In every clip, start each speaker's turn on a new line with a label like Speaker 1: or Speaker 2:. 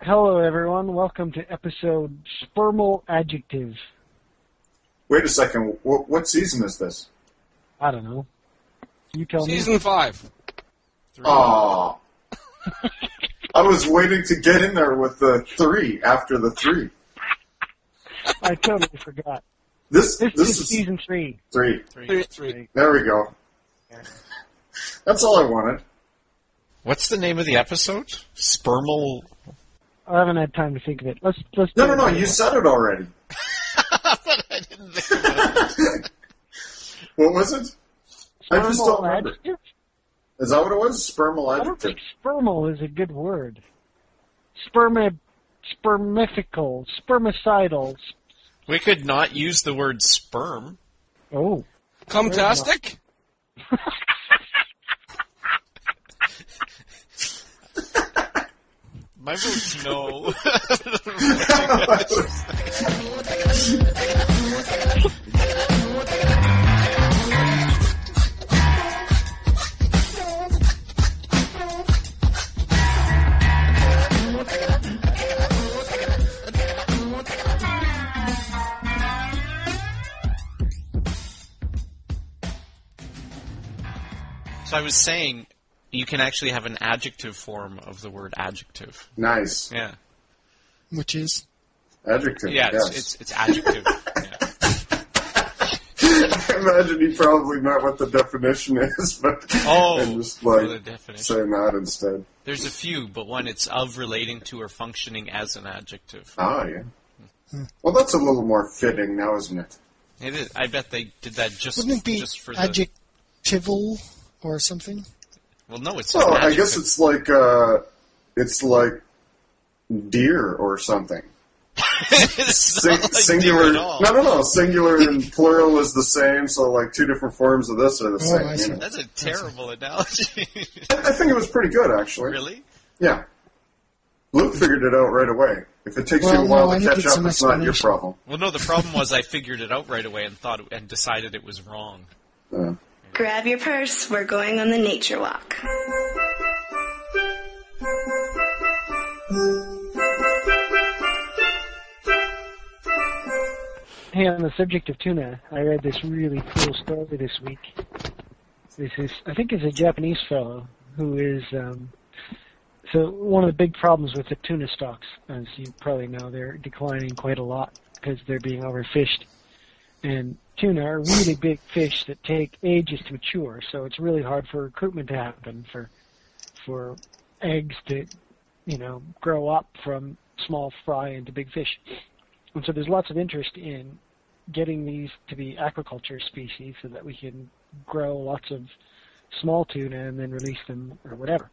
Speaker 1: Hello, everyone. Welcome to episode Spermal Adjective.
Speaker 2: Wait a second. What, what season is this?
Speaker 1: I don't know. You tell me.
Speaker 3: Season five. Three.
Speaker 2: Aw. I was waiting to get in there with the three after the three.
Speaker 1: I totally forgot.
Speaker 2: This
Speaker 1: This,
Speaker 2: this
Speaker 1: is,
Speaker 2: is
Speaker 1: season three.
Speaker 2: three.
Speaker 3: Three, three.
Speaker 2: There we go. That's all I wanted.
Speaker 4: What's the name of the episode? Spermal.
Speaker 1: I haven't had time to think of it. Let's let's.
Speaker 2: No,
Speaker 1: do
Speaker 2: no,
Speaker 1: it
Speaker 2: no.
Speaker 1: anyway.
Speaker 2: You said it already.
Speaker 4: I didn't think of it.
Speaker 2: What was it? I just
Speaker 1: Spermal
Speaker 2: don't remember.
Speaker 1: adjective?
Speaker 2: Is that what it was? Spermal
Speaker 1: I don't
Speaker 2: adjective.
Speaker 1: think spermal is a good word. Sperma, spermifical, spermicidal. sp-
Speaker 4: We could not use the word sperm.
Speaker 1: Oh,
Speaker 3: Cumtastic?
Speaker 4: My vote's no. so I was saying, you can actually have an adjective form of the word adjective.
Speaker 2: Nice
Speaker 4: Yeah.
Speaker 5: Which is?
Speaker 2: adjective.
Speaker 4: Yeah, it's,
Speaker 2: yes.
Speaker 4: it's, it's adjective. yeah.
Speaker 2: I imagine he probably meant what the definition is, but
Speaker 4: Oh,
Speaker 2: and just
Speaker 4: for the
Speaker 2: like
Speaker 4: definition.
Speaker 2: saying that instead.
Speaker 4: There's a few, but one it's of relating to or functioning as an adjective.
Speaker 2: Ah, yeah. Well, that's a little more fitting now, isn't it?
Speaker 4: It is, I bet they did that just
Speaker 5: Wouldn't it be
Speaker 4: just for the.
Speaker 5: adjectival or something?
Speaker 4: Well, no, it's.
Speaker 2: Well,
Speaker 4: an
Speaker 2: I guess
Speaker 4: adjective.
Speaker 2: it's like uh, it's like deer or something.
Speaker 4: It's
Speaker 2: Sing-
Speaker 4: not like
Speaker 2: singular.
Speaker 4: deer at all.
Speaker 2: No, no, no. Singular and plural is the same. So like two different forms of this are the
Speaker 5: Oh,
Speaker 2: same.
Speaker 5: I
Speaker 2: you
Speaker 5: see.
Speaker 2: know.
Speaker 4: That's a terrible analogy.
Speaker 2: I I think it was pretty good actually.
Speaker 4: really?
Speaker 2: Yeah. Luke figured it out right away. If it takes
Speaker 5: Well,
Speaker 2: you a while
Speaker 5: no, I
Speaker 2: to
Speaker 5: think
Speaker 2: catch
Speaker 5: it's
Speaker 2: up,
Speaker 5: an
Speaker 2: it's not your
Speaker 5: explanation.
Speaker 2: problem.
Speaker 4: Well, no. The problem was I figured it out right away and thought and decided it was wrong.
Speaker 2: Uh,
Speaker 6: Grab your purse, we're going on the nature walk.
Speaker 1: Hey, on the subject of tuna, I read this really cool story this week. This is, I think, it's a Japanese fellow who is. Um, so one of the big problems with the tuna stocks, as you probably know, they're declining quite a lot because they're being overfished. And tuna are really big fish that take ages to mature, so it's really hard for recruitment to happen for for eggs to, you know, grow up from small fry into big fish. And so there's lots of interest in getting these to be aquaculture species so that we can grow lots of small tuna and then release them or whatever.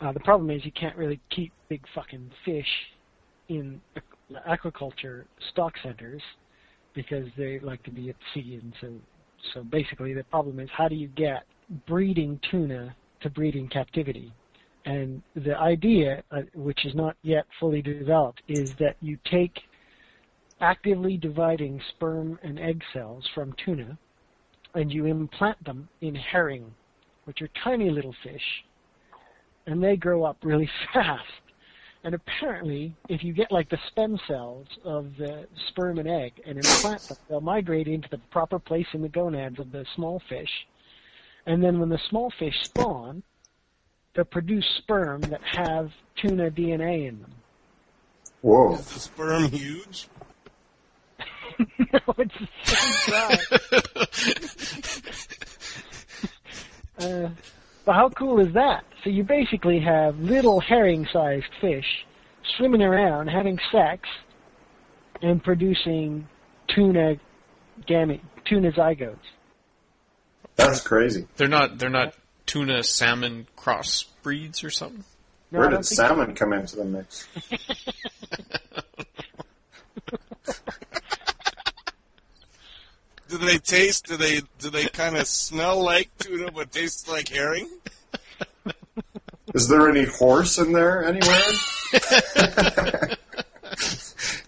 Speaker 1: Uh, the problem is you can't really keep big fucking fish in aqu- aquaculture stock centers because they like to be at sea and so so basically the problem is how do you get breeding tuna to breed in captivity and the idea, uh, which is not yet fully developed, is that you take actively dividing sperm and egg cells from tuna and you implant them in herring, which are tiny little fish, and they grow up really fast. And apparently, if you get like the stem cells of the sperm and egg and implant them, they'll migrate into the proper place in the gonads of the small fish. And then when the small fish spawn, they'll produce sperm that have tuna DNA in them.
Speaker 2: whoa.
Speaker 3: The sperm huge?
Speaker 1: no, it's the same guy. uh, but how cool is that? So you basically have little herring-sized fish swimming around, having sex, and producing tuna gamete, tuna zygotes.
Speaker 2: That's crazy.
Speaker 4: They're not. They're not tuna salmon crossbreeds or something.
Speaker 1: No, I
Speaker 2: Where
Speaker 1: don't
Speaker 2: did
Speaker 1: think-
Speaker 2: salmon come into the mix?
Speaker 3: Do they taste? Do they do they kind of smell like tuna but taste like herring?
Speaker 2: Is there any horse in there anywhere?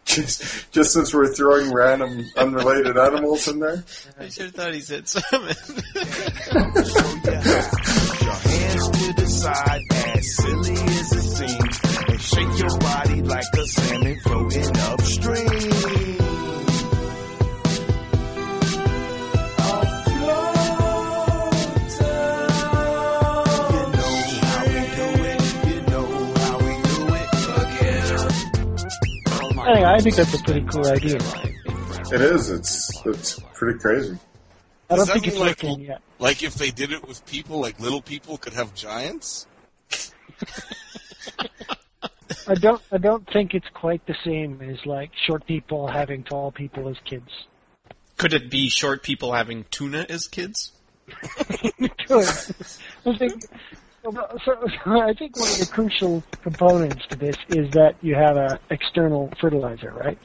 Speaker 2: just, just since we're throwing random unrelated animals in there?
Speaker 4: I should have thought he said salmon.
Speaker 7: Put your hands to the side, as silly as it seems, and shake your
Speaker 1: anyway, I think that's a pretty cool idea.
Speaker 2: It is. It's it's pretty crazy.
Speaker 1: I don't
Speaker 3: Does that
Speaker 1: think
Speaker 3: mean
Speaker 1: it's
Speaker 3: like
Speaker 1: working yet.
Speaker 3: like if they did it with people, like little people could have giants?
Speaker 1: I don't. I don't think it's quite the same as like short people having tall people as kids.
Speaker 4: Could it be short people having tuna as kids?
Speaker 1: Good. I think. well, So, so I think one of the crucial components to this is that you have a external fertilizer, right?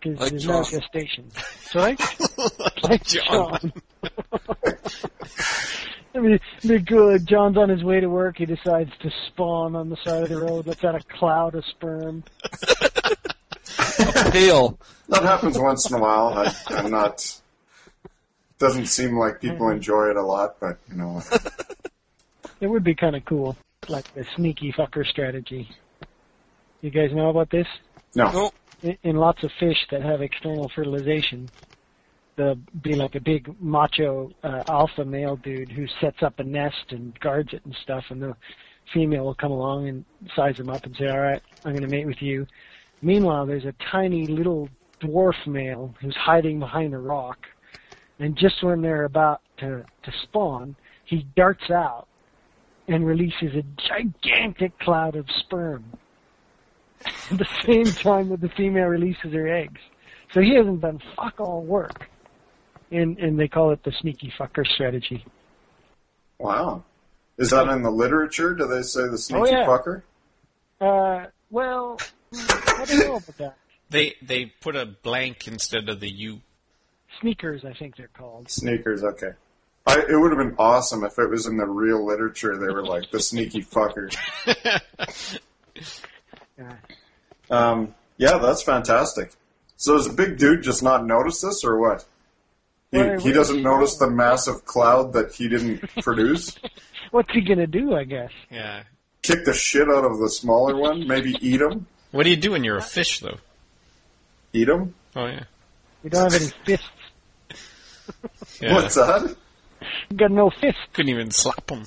Speaker 1: Because
Speaker 3: Like
Speaker 1: there's
Speaker 3: John.
Speaker 1: no gestation. Sorry. like
Speaker 4: John.
Speaker 1: John. I mean, they're good. John's on his way to work. He decides to spawn on the side of the road. Lets out a cloud of sperm.
Speaker 4: Hail.
Speaker 2: That happens once in a while. I, I'm not. Doesn't seem like people enjoy it a lot, but you know,
Speaker 1: It would be kind of cool, like the sneaky fucker strategy. You guys know about this?
Speaker 2: no.
Speaker 3: No.
Speaker 1: In, in lots of fish that have external fertilization, there'll be like a big macho uh, alpha male dude who sets up a nest and guards it and stuff, and the female will come along and size him up and say, "All right, I'm going to mate with you." Meanwhile, there's a tiny little dwarf male who's hiding behind a rock, and just when they're about to, to spawn, he darts out and releases a gigantic cloud of sperm at the same time that the female releases her eggs. So he hasn't done fuck all work. And and they call it the sneaky fucker strategy.
Speaker 2: Wow. Is that in the literature? Do they say the sneaky
Speaker 1: Oh, yeah.
Speaker 2: fucker?
Speaker 1: Uh, well, I don't know about that.
Speaker 4: They they put a blank instead of the U.
Speaker 1: Sneakers, I think they're called.
Speaker 2: Sneakers. Okay. I, it would have been awesome if it was in the real literature. They were like the sneaky fucker.
Speaker 1: Yeah.
Speaker 2: Um, yeah, that's fantastic. So does the big dude just not notice this, or what? He,
Speaker 1: Well, I
Speaker 2: he doesn't
Speaker 1: wish.
Speaker 2: notice the massive cloud that he didn't produce.
Speaker 1: What's he gonna do? I guess.
Speaker 4: Yeah.
Speaker 2: Kick the shit out of the smaller one. Maybe eat him.
Speaker 4: What do you do when you're a fish though?
Speaker 2: Eat him.
Speaker 4: Oh yeah.
Speaker 1: We don't have any fists.
Speaker 4: yeah.
Speaker 2: What's that?
Speaker 1: We got no fists.
Speaker 4: Couldn't even slap him.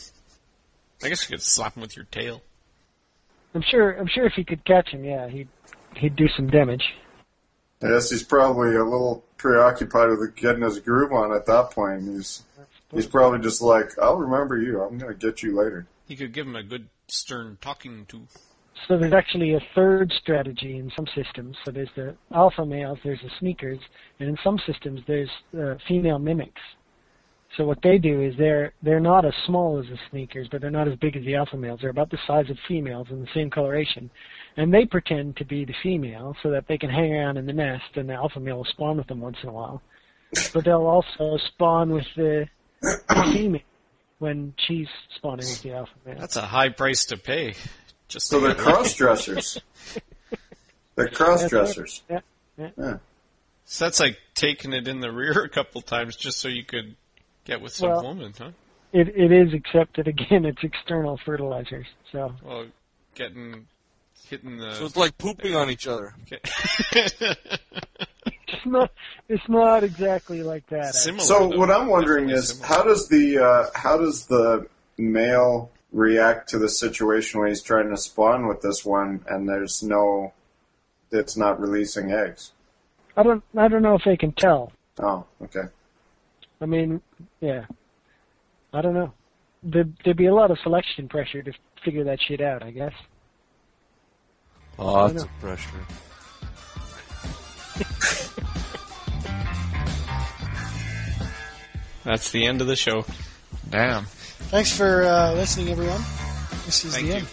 Speaker 4: I guess you could slap him with your tail.
Speaker 1: I'm sure. I'm sure if he could catch him, yeah, he'd he'd do some damage.
Speaker 2: Yes, he's probably a little preoccupied with getting his groove on at that point. He's he's probably just like, I'll remember you. I'm gonna get you later.
Speaker 4: You could give him a good stern talking to.
Speaker 1: So there's actually a third strategy in some systems. So there's the alpha males, there's the sneakers, and in some systems there's uh, female mimics. So what they do is they're they're not as small as the sneakers, but they're not as big as the alpha males. They're about the size of females in the same coloration, and they pretend to be the female so that they can hang around in the nest, and the alpha male will spawn with them once in a while. But they'll also spawn with the, the female when she's spawning with the alpha male.
Speaker 4: That's a high price to pay. Just
Speaker 2: So
Speaker 4: to
Speaker 2: they're
Speaker 4: get lucky.
Speaker 2: cross dressers. they're cross dressers.
Speaker 1: Yeah.
Speaker 2: Yeah.
Speaker 4: So that's like taking it in the rear a couple times just so you could get with some
Speaker 1: Well-
Speaker 4: woman, huh?
Speaker 1: It it is, except that again, it's external fertilizers. So
Speaker 4: Well, getting hitting the.
Speaker 3: So it's like pooping on each other.
Speaker 1: it's not it's not exactly like that.
Speaker 4: Similar,
Speaker 2: So
Speaker 4: though.
Speaker 2: what I'm wondering
Speaker 4: Definitely
Speaker 2: is,
Speaker 4: similar.
Speaker 2: how does the uh, how does the male react to the situation where he's trying to spawn with this one, and there's no, it's not releasing eggs?
Speaker 1: I don't I don't know if they can tell.
Speaker 2: Oh, okay.
Speaker 1: I mean, yeah, I don't know. There there'd be a lot of selection pressure to figure that shit out. I guess.
Speaker 7: Lots
Speaker 1: know.
Speaker 7: of pressure.
Speaker 4: That's the end of the show. Damn.
Speaker 5: Thanks for uh, listening, everyone. This is
Speaker 4: Thank
Speaker 5: the
Speaker 4: you.
Speaker 5: end.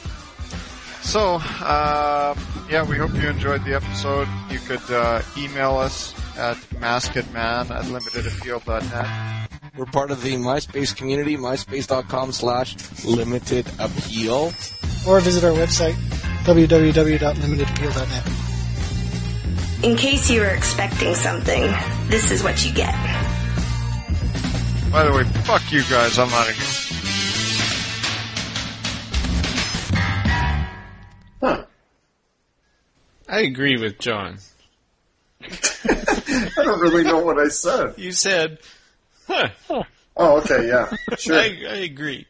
Speaker 8: So, um, yeah, we hope you enjoyed the episode. You could uh, email us at maskedman at limitedappeal.net.
Speaker 7: We're part of the MySpace community, myspace.com slash limited appeal.
Speaker 5: Or visit our website, www.limitedappeal.net.
Speaker 6: In case you were expecting something, this is what you get.
Speaker 8: By the way, fuck you guys, I'm out of here.
Speaker 4: I agree with John.
Speaker 2: I don't really know what I said.
Speaker 4: You said, huh,
Speaker 2: Oh, okay, yeah, sure.
Speaker 4: I, I agree.